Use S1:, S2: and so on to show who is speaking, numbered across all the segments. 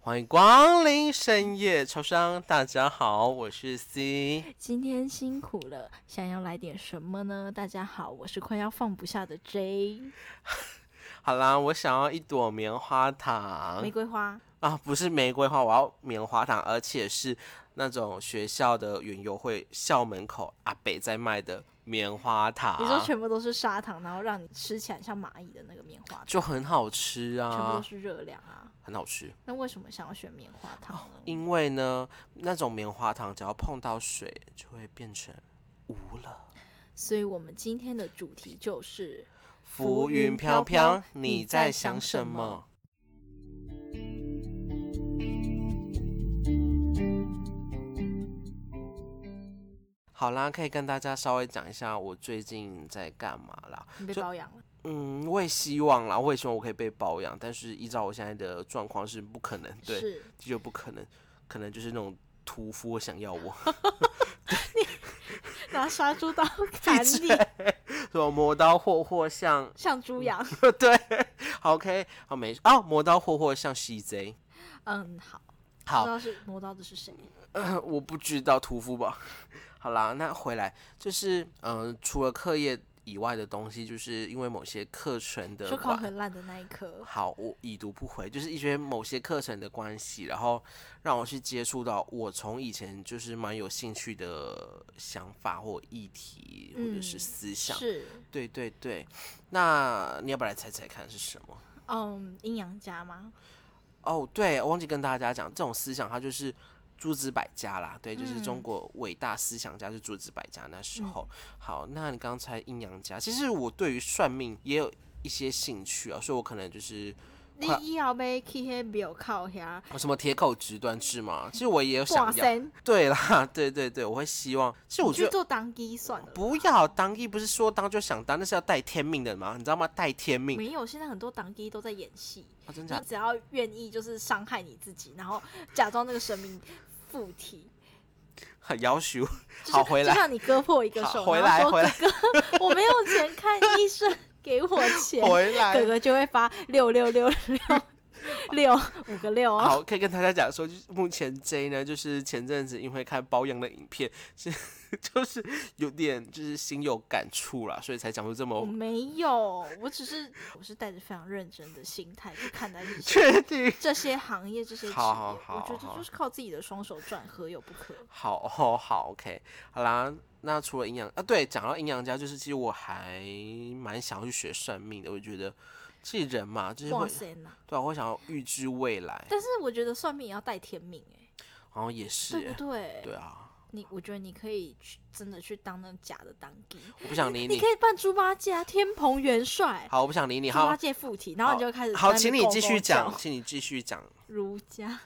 S1: 欢迎光临深夜超商，大家好，我是 C。
S2: 今天辛苦了，想要来点什么呢？大家好，我是快要放不下的 J，
S1: 好啦，我想要一朵棉花糖
S2: 玫瑰花。
S1: 啊，不是玫瑰花，我要棉花糖，而且是那种学校的园游会校门口阿北在卖的棉花糖。
S2: 你说全部都是砂糖，然后让你吃起来像蚂蚁的那个棉花糖，
S1: 就很好吃
S2: 全部都
S1: 啊，
S2: 是热量啊。
S1: 很好吃。
S2: 那为什么想要选棉花糖呢？
S1: 啊因为呢，那种棉花糖只要碰到水就会变成无了。
S2: 所以我们今天的主题就是
S1: 浮云飘飘，你在想什么？？好啦，可以跟大家稍微讲一下我最近在干嘛啦。
S2: 你被
S1: 就
S2: 包养了，
S1: 嗯，我也希望啦，我也希望我可以被包养，但是依照我现在的状况是不可能，对，
S2: 是
S1: 这就不可能，可能就是那种屠夫想要我，
S2: 拿杀猪刀砍你，
S1: 什么磨刀霍霍像，
S2: 像猪羊。
S1: 对，好 OK，好没哦，磨刀霍霍像 CJ，
S2: 嗯，好，不
S1: 好
S2: 知，道是磨刀的是谁？
S1: 我不知道屠夫吧。 好啦，那回来就是，嗯、除了课业以外的东西，就是因为某些课程的
S2: 说考
S1: 关，
S2: 很烂的那一刻，
S1: 好，我已读不回，就是一些某些课程的关系，然后让我去接触到我从以前就是蛮有兴趣的想法或议题，或者是
S2: 嗯
S1: 思想。
S2: 是
S1: 对对对，那你要不要来猜猜看是什么？
S2: 嗯阴阳家吗？
S1: 哦，对，我忘记跟大家讲，这种思想它就是诸子百家啦，对，就是
S2: 嗯
S1: 中国伟大思想家是诸子百家那时候。好，那你刚才阴阳家，其实我对于算命也有一些兴趣啊，所以我可能就是
S2: 你
S1: 快
S2: 以后要去迄庙口遐
S1: 什么铁口直断志嘛，其实我也有
S2: 挂
S1: 想要。
S2: 身，
S1: 对啦，对对对，我会希望，其实我
S2: 你
S1: 觉
S2: 去
S1: 得。
S2: 做当机算了。
S1: 不要当一，不是说当就想当，那是要带天命的嘛，你知道吗？带天命
S2: 没有，现在很多当机都在演戏，
S1: 啊、真
S2: 你
S1: 假的？
S2: 只要愿意就是伤害你自己，然后假装那个神明附体，
S1: 很要求，
S2: 就是
S1: 好回来
S2: 就像你割破一个手，
S1: 好回
S2: 然
S1: 来
S2: 后
S1: 回
S2: 说
S1: 来
S2: 哥哥我没有钱看医生，给我钱，
S1: 回来
S2: 哥哥就会发六六 六六六五个六哦。
S1: 好，可以跟大家讲说，就是目前 J 呢，就是前阵子因为看包养的影片，是就是有点就是心有感触啦，所以才讲出这
S2: 我
S1: 么
S2: 没有，我只是我是带着非常认真的心态去看待这些
S1: 确定。
S2: 这些行业这些职业，
S1: 好好好
S2: 我觉
S1: 好
S2: 得就是靠自己的双手赚，何有不可？
S1: 好，好，好，OK，好啦。那除了阴阳啊，对，讲到阴阳家，就是其实我还蛮想要去学算命的。我觉得，其实人嘛，就是
S2: 哇
S1: 会
S2: 塞呐！
S1: 对啊，我会想要预知未来，
S2: 但是我觉得算命也要带天命哎、
S1: 好像也是
S2: 对不
S1: 耶，
S2: 对？
S1: 对啊，
S2: 你我觉得你可以去真的去当那种假的当地，
S1: 我不想理
S2: 你
S1: 你
S2: 可，以扮猪八戒、啊、天蓬元帅、
S1: 好，我不想理你，
S2: 猪
S1: 好
S2: 八，戒附体，然后你就开始
S1: 好，
S2: 在那
S1: 请
S2: 边
S1: 你
S2: 勾
S1: 继
S2: 勾
S1: 续讲
S2: 脚，
S1: 请你继续讲。
S2: 儒家。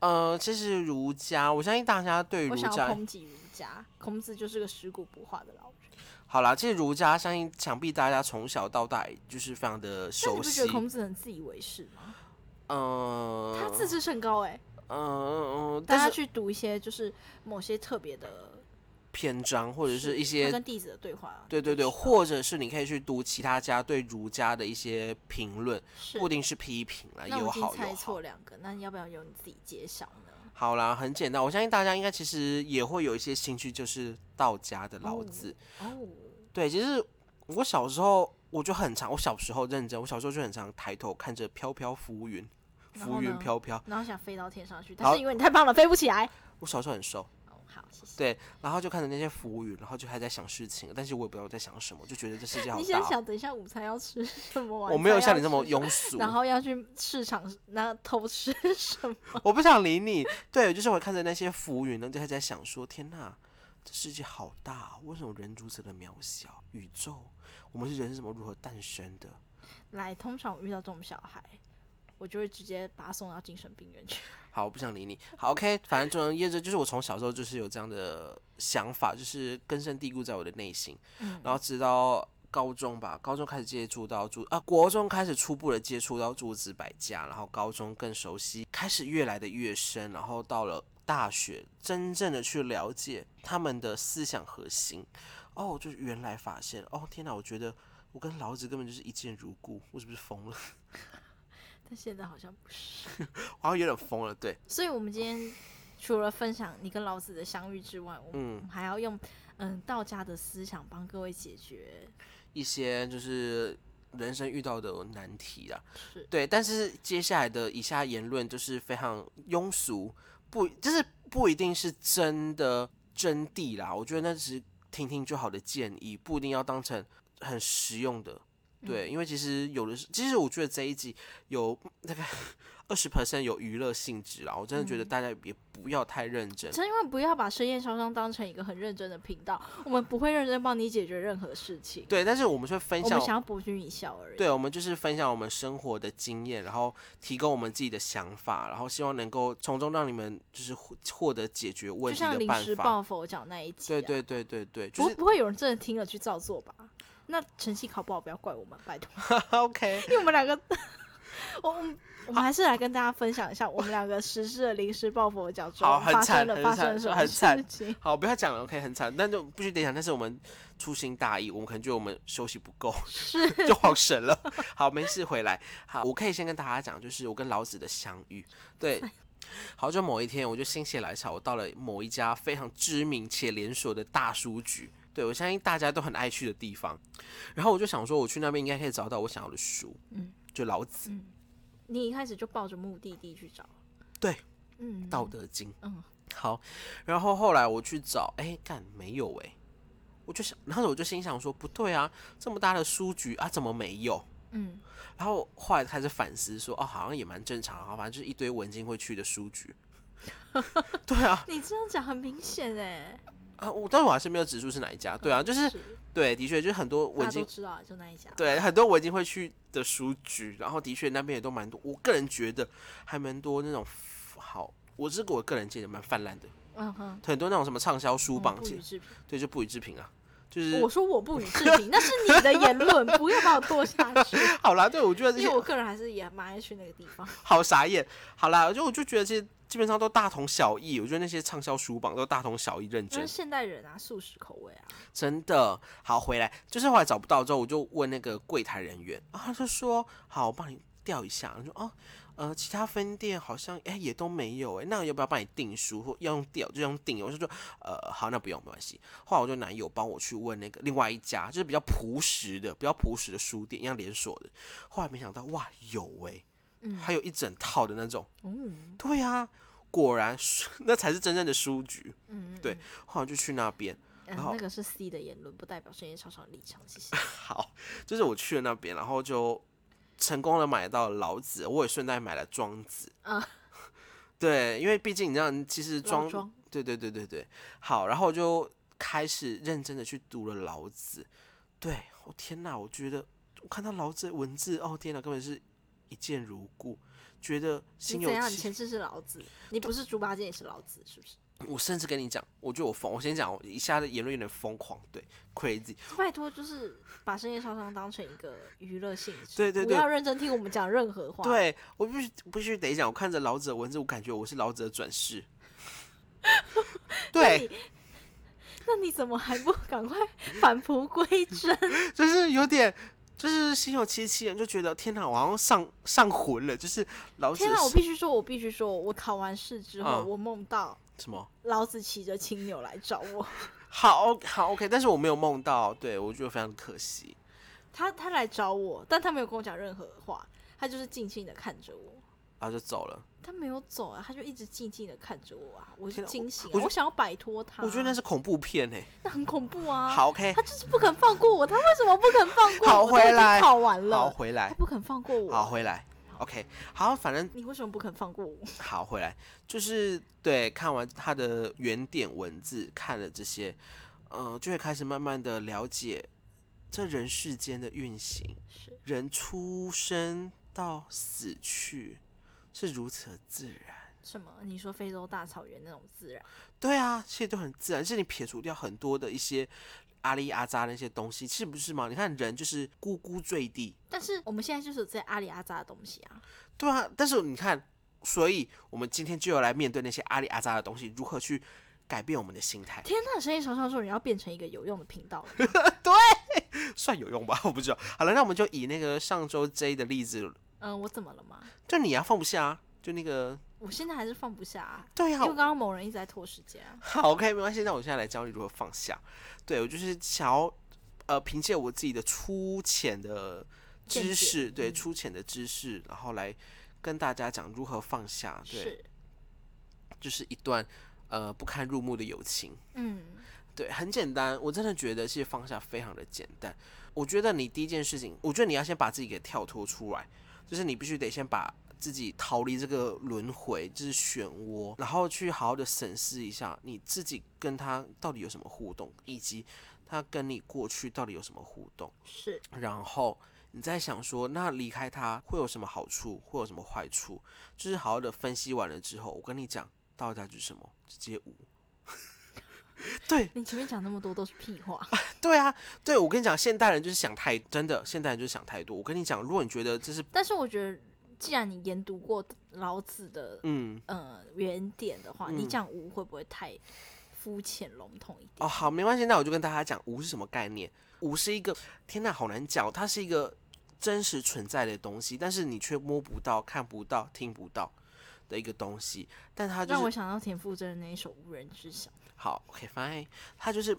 S1: 呃，其实儒家，我相信大家对儒
S2: 我想要
S1: 家
S2: 抨击儒家，孔子就是个食古不化的老人。
S1: 好啦，其实儒家相信想必大家从小到大就是非常的
S2: 但你
S1: 熟
S2: 不
S1: 悉
S2: 觉得。孔子很自以为是吗？
S1: 嗯，
S2: 他自视甚高哎、
S1: 嗯嗯嗯，
S2: 大
S1: 但
S2: 家
S1: 是
S2: 去读一些就是某些特别的
S1: 篇章或者是一
S2: 他
S1: 些
S2: 跟弟子的对话，啊
S1: 对对对，
S2: 就知道
S1: 或者是你可以去读其他家对儒家的一些评论，
S2: 是
S1: 不一定是批评啦，
S2: 那我
S1: 有
S2: 已经
S1: 好有
S2: 猜
S1: 好
S2: 错。两个，那要不要由你自己揭晓呢？
S1: 好啦，很简单，我相信大家应该其实也会有一些兴趣，就是道家的老子。
S2: 哦，
S1: 对，其实我小时候我就很常，我小时候认真，我小时候就很常抬头看着飘飘浮云，
S2: 然后
S1: 浮云
S2: 呢
S1: 飘飘。
S2: 然后想飞到天上去，
S1: 好
S2: 但是因为你太胖了，飞不起来。
S1: 我小时候很瘦，
S2: 哦，好，谢谢。
S1: 对，然后就看着那些浮云，然后就还在想事情，但是我也不知道我在想什么，就觉得这世界好
S2: 你
S1: 大
S2: 先
S1: 哦。
S2: 想，等一下午餐要吃什么？晚
S1: 我没有
S2: 餐
S1: 像
S2: 要
S1: 你这么
S2: 吃什
S1: 庸俗
S2: 么，然后要去市场那偷吃什么？
S1: 我不想理你。对，就是我看着那些浮云，然后就还在想说：天呐，这世界好大，啊为什么人如此的渺小？宇宙，我们是人是怎么如何诞生的？
S2: 来，通常我遇到这种小孩，我就会直接把他送到精神病院去。
S1: 好，我不想理你。好，OK，反正总而言之，就是我从小时候就是有这样的想法，就是根深蒂固在我的内心。然后直到高中吧，高中开始接触到诸啊，国中开始初步的接触到诸子百家，然后高中更熟悉，开始越来的越深，然后到了大学，真正的去了解他们的思想核心。哦，就是原来发 现，哦天哪，我觉得我跟老子根本就是一见如故，我是不是疯了？
S2: 但现在好像不是。
S1: 好像有点疯了，对，
S2: 所以我们今天除了分享你跟老子的相遇之外，我们我
S1: 嗯，
S2: 们还要用嗯道家的思想帮各位解决。
S1: 一些就是人生遇到的难题啦，
S2: 是，
S1: 对，但是接下来的以下言论就是非常庸俗，不就是不一定是真的真谛啦，我觉得那只是听听就好的建议，不一定要当成很实用的。
S2: 嗯
S1: 对，因为其实有的是，其实我觉得这一集有大概 二十 percent 有娱乐性质啦，我真的
S2: 嗯
S1: 觉得大家也不要太认真。
S2: 千万不要把深夜烧伤当成一个很认真的频道，我们不会认真帮你解决任何事情，
S1: 对，但是我们会分
S2: 我
S1: 享
S2: 们想要博君一笑而已。
S1: 对，我们就是分享我们生活的经验，然后提供我们自己的想法，然后希望能够从中让你们就是获获得解决问题
S2: 就像
S1: 的
S2: 临
S1: 办
S2: 时
S1: 法。
S2: 抱佛脚那一集、啊，
S1: 对对对对对，
S2: 不
S1: 就
S2: 过
S1: 是
S2: 不会有人真的听了去照做吧？那成绩考不好，不要怪我们，拜托，
S1: OK。
S2: 因为我们两个， 我我们我们还是来跟大家分享一下我们两个实施了临时抱佛脚之后
S1: 好很
S2: 发生
S1: 惨
S2: 了
S1: 很
S2: 发
S1: 惨
S2: 生了什么
S1: 很惨
S2: 事情。
S1: 好，不要讲了，OK，很惨，但就必须得讲。但是我们粗心大意，我们可能觉得我们休息不够，是 就晃神了。好，没事，回来。好，我可以先跟大家讲，就是我跟老子的相遇。对，好，就某一天，我就心血来潮，我到了某一家非常知名且连锁的大书局。对，我相信大家都很爱去的地方。然后我就想说，我去那边应该可以找到我想要的书。
S2: 嗯，
S1: 就老子《
S2: 你一开始就抱着目的地去找，
S1: 对，
S2: 嗯，
S1: 道德经》。
S2: 嗯，
S1: 好，然后后来我去找，哎，干没有哎、我就想，然后我就心想说，不对啊，这么大的书局啊，怎么没有？
S2: 嗯，
S1: 然后后来开始反思说，哦，好像也蛮正常啊，反正就是一堆文青会去的书局。对啊，
S2: 你这样讲很明显哎、
S1: 啊，我但我还是没有指出是哪一家。对啊，就是对，的确就是很多
S2: 嗯大
S1: 文
S2: 家都
S1: 青，
S2: 知道，就那一家，
S1: 对，很多文青会去的书局，然后的确那边也都蛮多，我个人觉得还蛮多那种好，我是给我个人见解蛮泛滥的，
S2: 嗯哼，
S1: 很多那种什么畅销书
S2: 我
S1: 榜
S2: 嗯不哦
S1: 其
S2: 予
S1: 实
S2: 置评。
S1: 对，就不予置评啊。就是
S2: 我说我不予置 评，那是你的言论，不要把我剁下去。
S1: 好啦，对我觉得这
S2: 因为我
S1: 些
S2: 个人还是也蛮爱去那个地方。
S1: 好傻眼。好啦，就我就觉得这些基本上都大同小异。我觉得那些畅销书榜都大同小异，认
S2: 就
S1: 真
S2: 是现代人啊，素食口味啊，
S1: 真的。好，回来就是后来找不到之后，我就问那个柜台人员啊，他就说好，我帮你调一下。我说哦，呃，其他分店好像哎、也都没有哎、那我要不要帮你订书或要用调就用订？我就说呃好，那不用没关系。后来我就男友帮我去问那个另外一家，就是比较朴实的、比较朴实的书店，一样连锁的。后来没想到哇有哎、
S2: 嗯
S1: 还有一整套的那种。
S2: 嗯
S1: 对啊，果然书 那才是真正的书局。
S2: 嗯，
S1: 对后来就去那边，
S2: 嗯，
S1: 好
S2: 那个是 C 的言论，不代表深夜超超的立场，谢谢。
S1: 好，就是我去了那边，然后就成功的买到老子，我也顺带买了庄子。
S2: 啊，
S1: 对，因为毕竟你知道，其实
S2: 老
S1: 庄，
S2: 庄，
S1: 对对对对对，好，然后就开始认真的去读了老子。对，我、天哪，我觉得我看到老子的文字，哦天哪，根本是一见如故，觉得心
S2: 你
S1: 有
S2: 怎样？你
S1: 戚
S2: 前世是老子，你不是猪八戒也是老子，是不是？
S1: 我甚至跟你讲，我觉得我疯，我先讲，我一下的言论有点疯狂，对，crazy，
S2: 拜托，就是把深夜超超当成一个娱乐性质，
S1: 对对
S2: 不
S1: 对
S2: 要认真听我们讲任何话。，
S1: 对我必须必须得讲，我看着老子的文字，我感觉我是老子的转世， 对，
S2: 那你怎么还不赶快返璞归 真？
S1: 就是有点，就是心有戚戚，就觉得天哪，我好像上上魂了，就是老子
S2: 天哪！我
S1: 是
S2: 必须说，我必须说，我考完试之后，
S1: 嗯
S2: 我梦到
S1: 什么？
S2: 老子骑着青牛来找我。
S1: 好好 OK，但是我没有梦到，对我觉得非常可惜。
S2: 他他来找我，但他没有跟我讲任何话，他就是静静的看着我，
S1: 然后就走了，
S2: 他没有走啊，他就一直静静的看着我啊，我
S1: 天
S2: 就
S1: 哪
S2: 惊醒、啊，
S1: 我
S2: 我
S1: 觉得
S2: 想要摆脱他，啊
S1: 我觉得那是恐怖片哎、
S2: 那很恐怖啊，，
S1: 好 OK，
S2: 他就是不肯放过我，他为什么不肯放过我？
S1: 好
S2: 我都已经
S1: 回来
S2: 跑完
S1: 好
S2: 了，
S1: 回
S2: 他
S1: 来，
S2: 不肯放过我，
S1: 好回 来，OK，好，反正
S2: 你为什么不肯放过我？
S1: 好，回来就是对，看完他的原点文字，看了这些，呃，就会开始慢慢的了解这人世间的运行，
S2: 是
S1: 人出生到死去是如此的自然。
S2: 什么？你说非洲大草原那种自然，
S1: 对啊，其实都很自然，是你撇除掉很多的一些阿里阿扎那些东西，是不是嘛？你看人就是咕咕坠地，
S2: 但是我们现在就是有这阿里阿扎的东西啊，
S1: 对啊，但是你看，所以我们今天就要来面对那些阿里阿扎的东西，如何去改变我们的心态。
S2: 天呐，深夜床上说你要变成一个有用的频道，
S1: 算有用吧，我不知道。好了，那我们就以那个上周 J 的例子
S2: 嗯，我怎么了吗？
S1: 就你啊，放不下啊，就那个，
S2: 我现在还是放不下、啊，
S1: 对
S2: 因
S1: 呀、
S2: 为刚刚某人一直在拖时间、啊。
S1: 好，OK，没关系。那我现在来教你如何放下。对我就是想要，呃，凭借我自己的粗浅的
S2: 见
S1: 知
S2: 解
S1: 识，对
S2: 嗯
S1: 粗浅的知识，然后来跟大家讲如何放下。对，
S2: 是，
S1: 就是一段呃不堪入目的友情。
S2: 嗯，
S1: 对，很简单，我真的觉得其实放下非常的简单。我觉得你第一件事情，我觉得你要先把自己给跳脱出来，就是你必须得先把自己逃离这个轮回，就是漩涡，然后去好好的审视一下你自己跟他到底有什么互动，以及他跟你过去到底有什么互动。
S2: 是，
S1: 然后你再想说，那离开他会有什么好处，会有什么坏处？就是好好的分析完了之后，我跟你讲，到底它是什么，直接无。 对，
S2: 你前面讲那么多都是屁 话。
S1: 对啊，对我跟你讲，现代人就是想太真的，现代人就是想太多。我跟你讲，如果你觉得这是
S2: 但是我觉得，既然你研读过老子的
S1: 嗯
S2: 呃原点的话，你
S1: 嗯
S2: 讲无会不会太肤浅笼统一点？
S1: 哦好没关系，那我就跟大家讲无是什么概念。无是一个天呐，好难讲哦，它是一个真实存在的东西，但是你却摸不到、看不到、听不到的一个东西。但它就
S2: 让我
S1: 是
S2: 想到田馥甄的那一首《无人知晓》。
S1: 好，OK fine，它就是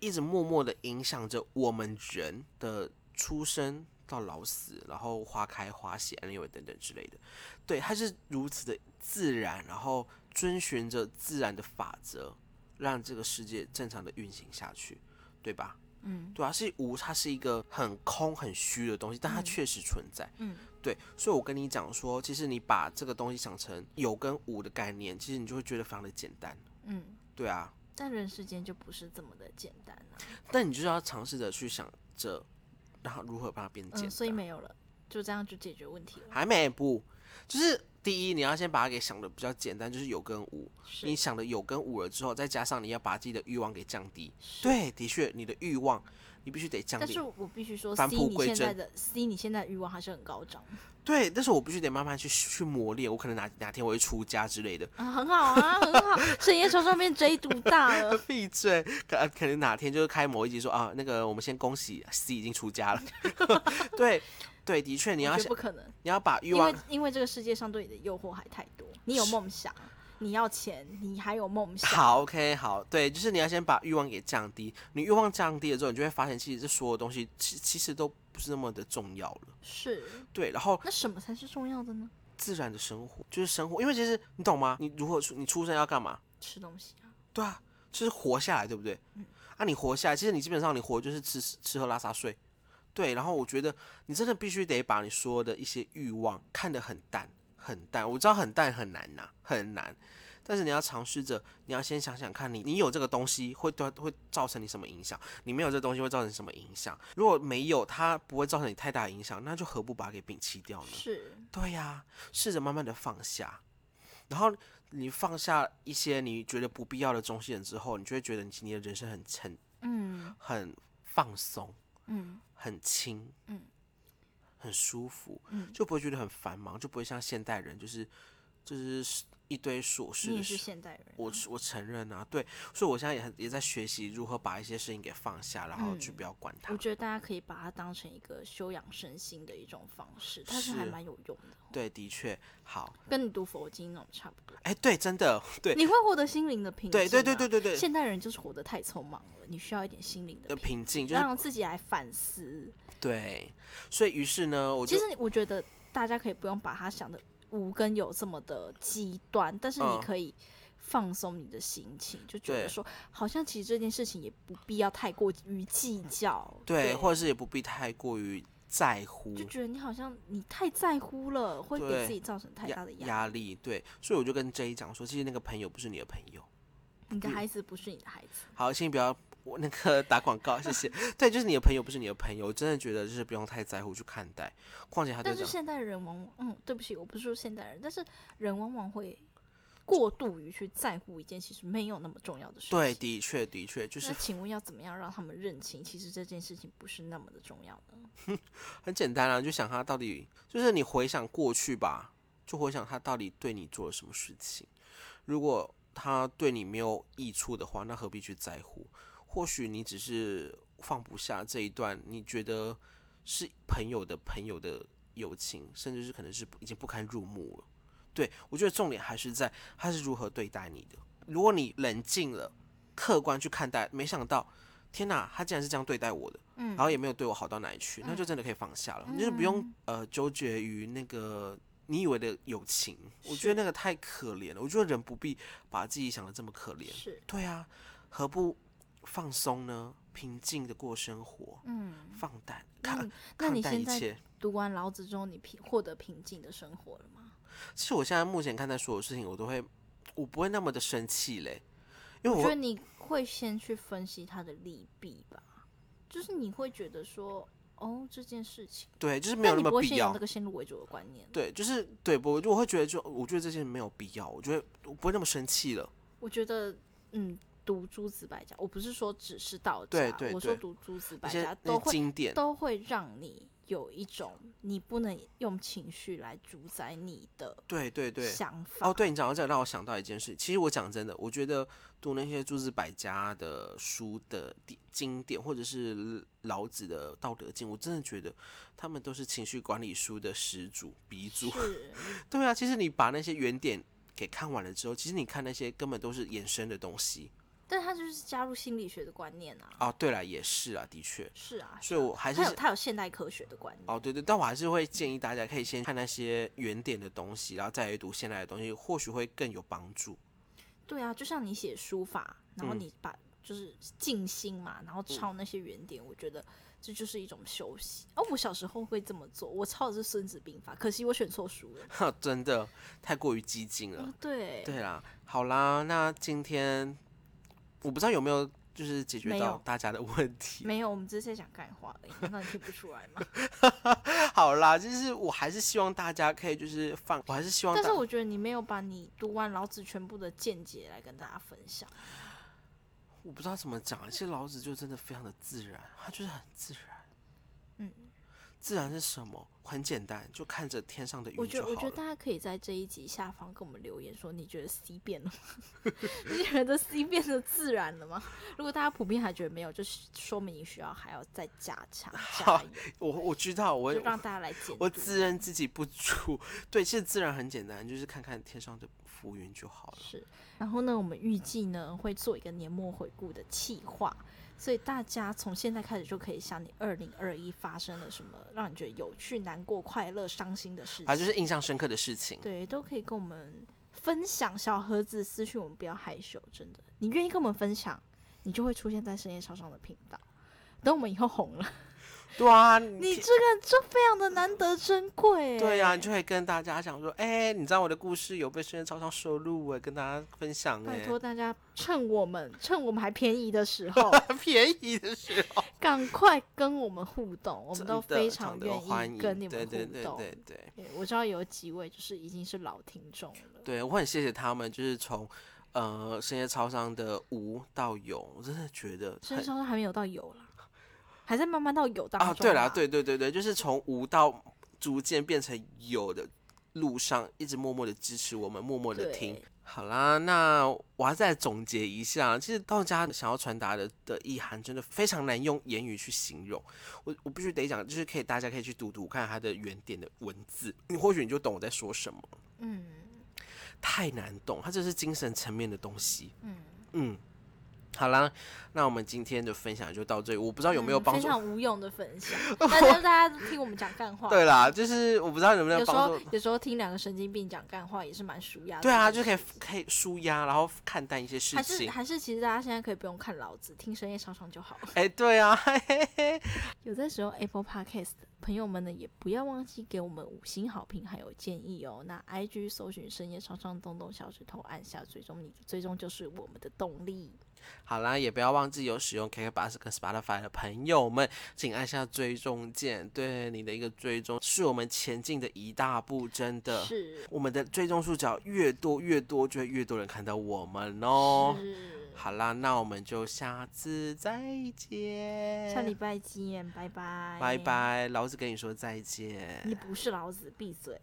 S1: 一直默默的影响着我们人的出生到老死，然后花开花谢，anyway 等等之类的。对，它是如此的自然，然后遵循着自然的法则，让这个世界正常的运行下去，对吧？
S2: 嗯
S1: 对啊，是无，它是一个很空很虚的东西，但它
S2: 嗯
S1: 确实存在。
S2: 嗯，
S1: 对，所以我跟你讲说，其实你把这个东西想成有跟无的概念，其实你就会觉得非常的简单。
S2: 嗯，
S1: 对啊，
S2: 但人世间就不是这么的简单啊。
S1: 但你就是要尝试着去想着，然后如何把它变简单。
S2: 嗯，所以没有了，就这样就解决问题了。
S1: 还没不，就是第一你要先把它给想的比较简单，就是有跟无。
S2: 是
S1: 你想的有跟无了之后，再加上你要把自己的欲望给降低。
S2: 是，
S1: 对，的确，你的欲望你必须得降
S2: 但
S1: 低
S2: 是。我必须说，C
S1: 返璞
S2: 你
S1: 归
S2: 现在
S1: 真
S2: 的 C 你现在的欲望还是很高涨
S1: 对，但是我必须得慢慢去去磨练。我可能哪哪天我会出家之 类的。，
S2: 啊，很好啊，很好，深夜床上变 J 独大了
S1: 啊闭嘴！可可能哪天就是开某一集说啊，那个我们先恭喜 C 已经出家 了。对对，的 确你
S2: 我
S1: 要
S2: 觉得
S1: 想
S2: 不可能，
S1: 你要把欲
S2: 因为
S1: 望
S2: 因为这个世界上对你的诱惑还太多，你有梦想，你要钱，你还有梦 想，
S1: 好，OK，好，对，就是你要先把欲望给降低。你欲望降低了之后，你就会发现，其实这所有东西其其实都不是那么的重要了。
S2: 是，
S1: 对，然后
S2: 那什么才是重要的呢？
S1: 自然的生活就是生活，因为其实你懂吗？你如何出你出生要干嘛？
S2: 吃东西啊，
S1: 对啊，就是活下来，对不对？啊，你活下来，其实你基本上你活就是吃吃喝拉撒睡。对，然后我觉得你真的必须得把你说的一些欲望看得很淡，很淡。我知道很淡很难呐、很难。但是你要尝试着，你要先想想看你，你有这个东西会对会造成你什么影响？你没有这东西会造成什么影响？如果没有，它不会造成你太大的影响，那就何不把它给摒弃掉呢？
S2: 是，
S1: 对呀、试着慢慢的放下，然后你放下一些你觉得不必要的东西了之后，你就会觉得你你的人生很很
S2: 嗯
S1: 很放松，
S2: 嗯
S1: 很轻，
S2: 嗯，
S1: 很舒服，
S2: 嗯，
S1: 就不会觉得很繁忙，就不会像现代人就是就是一堆琐事
S2: 你
S1: 的
S2: 也是
S1: 事。
S2: 现代人啊，
S1: 我是我承认啊，对，所以我现在也很也在学习如何把一些事情给放下，然后去
S2: 嗯
S1: 不要管它。
S2: 我觉得大家可以把它当成一个修养身心的一种方式，它是还
S1: 是
S2: 蛮有用的哦，
S1: 对，的确好，
S2: 跟你读佛经那种差不多，
S1: 哎、对，真的， 对，
S2: 你会获得心灵的平静、
S1: 对，
S2: 啊。
S1: 对，对，对，对，对，
S2: 现代人就是活得太匆忙了，你需要一点心灵的
S1: 呃
S2: 平，
S1: 平静就是
S2: 让自己来反思。
S1: 对，所以于是呢，我
S2: 其
S1: 就
S2: 实我觉得大家可以不用把它想的无跟有这么的极端，但是你
S1: 嗯
S2: 可以放松你的心情，就觉得
S1: 对
S2: 说好像其实这件事情也不必要太过于计较，
S1: 对，或者
S2: 者
S1: 是也不必太过于在乎
S2: 就觉得你好像你太在乎了，会给
S1: 对
S2: 自己造成太大
S1: 压
S2: 的压力。
S1: 压力。对，所以我就跟 J 讲说，其实那个朋友不是你的朋友。
S2: 你的
S1: 嗯
S2: 孩子不是你的孩子，
S1: 好，先不要我那个打广告，谢 谢。对，就是你的朋友不是你的朋友，我真的觉得就是不用太在乎去看待。况且他就
S2: 但
S1: 这
S2: 是
S1: 样，
S2: 现代人往往，嗯，对不起，我不是说现代人，但是人往往会过度于去在乎一件其实没有那么重要的事情。
S1: 对，的确的确就
S2: 那
S1: 是
S2: 请问要怎么样让他们认清，其实这件事情不是那么的重要呢？
S1: 很简单啊，你就想他到底就是你回想过去吧，就回想他到底对你做了什么事情。如果他对你没有益处的话，那何必去在乎？或许你只是放不下这一段，你觉得是朋友的朋友的友情，甚至是可能是已经不堪入目了。对我觉得重点还是在他是如何对待你的。如果你冷静了，客观去看待，没想到，天哪，他竟然是这样对待我的，
S2: 嗯
S1: 然后也没有对我好到哪里去，那就真的可以放下了，你就是不用
S2: 嗯
S1: 呃纠结于那个你以为的友情，我觉
S2: 是
S1: 得那个太可怜了。我觉得人不必把自己想的这么可怜，
S2: 是，
S1: 对啊，何不放松呢？平静的过生活，
S2: 嗯，
S1: 放胆
S2: 那
S1: 看
S2: 你那
S1: 看
S2: 你
S1: 待一
S2: 现在
S1: 切。
S2: 读完老子之后，你平获得平静的生活了吗？
S1: 其实我现在目前看待所有事情，我都会，我不会那么的生气嘞，因为
S2: 我觉
S1: 我
S2: 得你会先去分析它的利弊吧，就是你会觉得说，哦，这件事情，
S1: 对就是没有那
S2: 但你不
S1: 么
S2: 会
S1: 必
S2: 先
S1: 要
S2: 有那。个先入为主的观念。
S1: 对，就是对不，我会觉得就我觉得这些没有必要，我觉得我不会那么生气了。
S2: 我觉得，嗯，读诸子百家，我不是说只是道家，
S1: 对对
S2: 我说
S1: 对
S2: 读诸子
S1: 那
S2: 百
S1: 些
S2: 家
S1: 那
S2: 都
S1: 些
S2: 会
S1: 经典，
S2: 都会让你有一种你不能用情绪来主宰你的
S1: 对对对。
S2: 想法。
S1: 哦，对你讲到这个，让我想到一件事。其实我讲真的，我觉得读那些诸子百家的书的典经典，或者是老子的《道德经》，我真的觉得他们都是情绪管理书的始祖、鼻祖。
S2: 是，
S1: 对啊，其实你把那些原点给看完了之后，其实你看那些根本都是衍生的东西。
S2: 但他就是加入心理学的观念啊。
S1: 哦，对了，也是啊，的确。
S2: 是啊，
S1: 所以我还是
S2: 他有他有现代科学的观念。
S1: 哦，对对，但我还是会建议大家可以先看那些原点的东西，然后再来读现在的东西，或许会更有帮助。
S2: 对啊，就像你写书法，然后
S1: 嗯
S2: 你把、就是静心嘛，然后抄那些原点，我觉得这就是一种修习。哦，我小时候会这么做，我抄的是《孙子兵法》，可惜我选错书了。
S1: 哈，真的太过于激进了
S2: 哦。，对，
S1: 对啦，好啦，那今天我不知道有没有就是解决
S2: 没
S1: 到
S2: 有
S1: 大家的 问题。
S2: 没有，我们只是在讲干话而已，难道你听不出来 吗？
S1: 好啦，就是我还是希望大家可以就是放，我还是希望大
S2: 但是
S1: 家
S2: 我觉得你没有把你读完老子全部的见解来跟大家分享。
S1: 我不知道怎么讲，啊其实老子就真的非常的自然，他就是很自然。
S2: 嗯，
S1: 自然是什么？很简单，就看着天上的
S2: 我
S1: 云
S2: 觉
S1: 就
S2: 得，我觉
S1: 好
S2: 得
S1: 了。
S2: 大家可以在这一集下方跟我们留言说，你觉得 C 变了吗？ 你觉得 C 变得自然了吗？如果大家普遍还觉得没有，就是说明你需要还要再加 强加
S1: 好
S2: 油，
S1: 我我知道，我
S2: 就让大家来监
S1: 我
S2: 督。
S1: 自认自己不足，对，其实自然很简单，就是看看天上的浮云就好了。
S2: 是，然后呢，我们预计呢会做一个年末回顾的企划，所以大家从现在开始就可以想你二零二一发生了什么让你觉得有趣、难过、快乐、伤心的事情。
S1: 啊，就是印象深刻的事情。
S2: 对，都可以跟我们分享小盒子私讯，我们不要害羞，真的，你愿意跟我们分享，你就会出现在深夜超商的频道。等我们以后红了，
S1: 对啊，
S2: 你
S1: 你
S2: 这个就非常的难得珍贵。
S1: 对啊，你，就会跟大家讲说，哎、你知道我的故事有被深夜超商收录，哎我跟大家分享哎、
S2: 拜托大家，趁我们趁我们还便宜的 时候，
S1: 很 便宜的时候，
S2: 赶快跟我们互动，我们
S1: 真
S2: 都
S1: 的
S2: 非
S1: 真
S2: 常
S1: 的欢
S2: 愿
S1: 迎
S2: 意跟你们
S1: 对
S2: 互动。
S1: 对对对对
S2: 对我知道有几位就是已经是老听众了，
S1: 对，我很谢谢他们，就是从呃深夜超商的无到有，我真的觉得
S2: 深夜
S1: 很
S2: 超商还没有到有啦，还在慢慢到有当中
S1: 啊，对
S2: 啦
S1: 啦，，对对对对，就是从无到逐渐变成有的路上，一直默默的支持我们，默默的听
S2: 对。
S1: 好啦，那我还再总结一下，其实道家想要传达的的意涵，真的非常难用言语去形容。我我必须得讲，就是可以大家可以去读读看它的原点的文字，你或许你就懂我在说什么。
S2: 嗯。
S1: 太难懂，它这是精神层面的东西。
S2: 嗯
S1: 嗯，好啦，那我们今天的分享就到这里，我不知道有没有
S2: 嗯
S1: 帮
S2: 非
S1: 助。
S2: 常无用的分 享，大家大家都听我们讲干话。
S1: 对啦，就是我不知道有没
S2: 有时
S1: 帮
S2: 候
S1: 助。
S2: 有时候听两个神经病讲干话也是蛮舒压的。
S1: 对啊，就可以可以舒压，然后看淡一些事
S2: 还是
S1: 情。
S2: 还是，其实大家现在可以不用看老子，听深夜长长就好了。
S1: 哎、对啊，嘿嘿嘿，
S2: 有在使用 Apple Podcast 的朋友们呢，也不要忘记给我们五星好评还有建议哦。那 IG 搜寻深夜长长，动动小指头，按下追踪，你的追踪就是我们的动力。
S1: 好啦，也不要忘记有使用 KK Bus 跟 Spotify 的朋友们，请按下追踪键。对你的一个追踪，是我们前进的一大步，真的。
S2: 是
S1: 我们的追踪数只要越多越多，就会越多人看到我们哦。
S2: 是，
S1: 好啦，那我们就下次再见，
S2: 下礼拜见，拜拜，
S1: 拜。拜，老子跟你说再见。
S2: 你不是老子，闭嘴。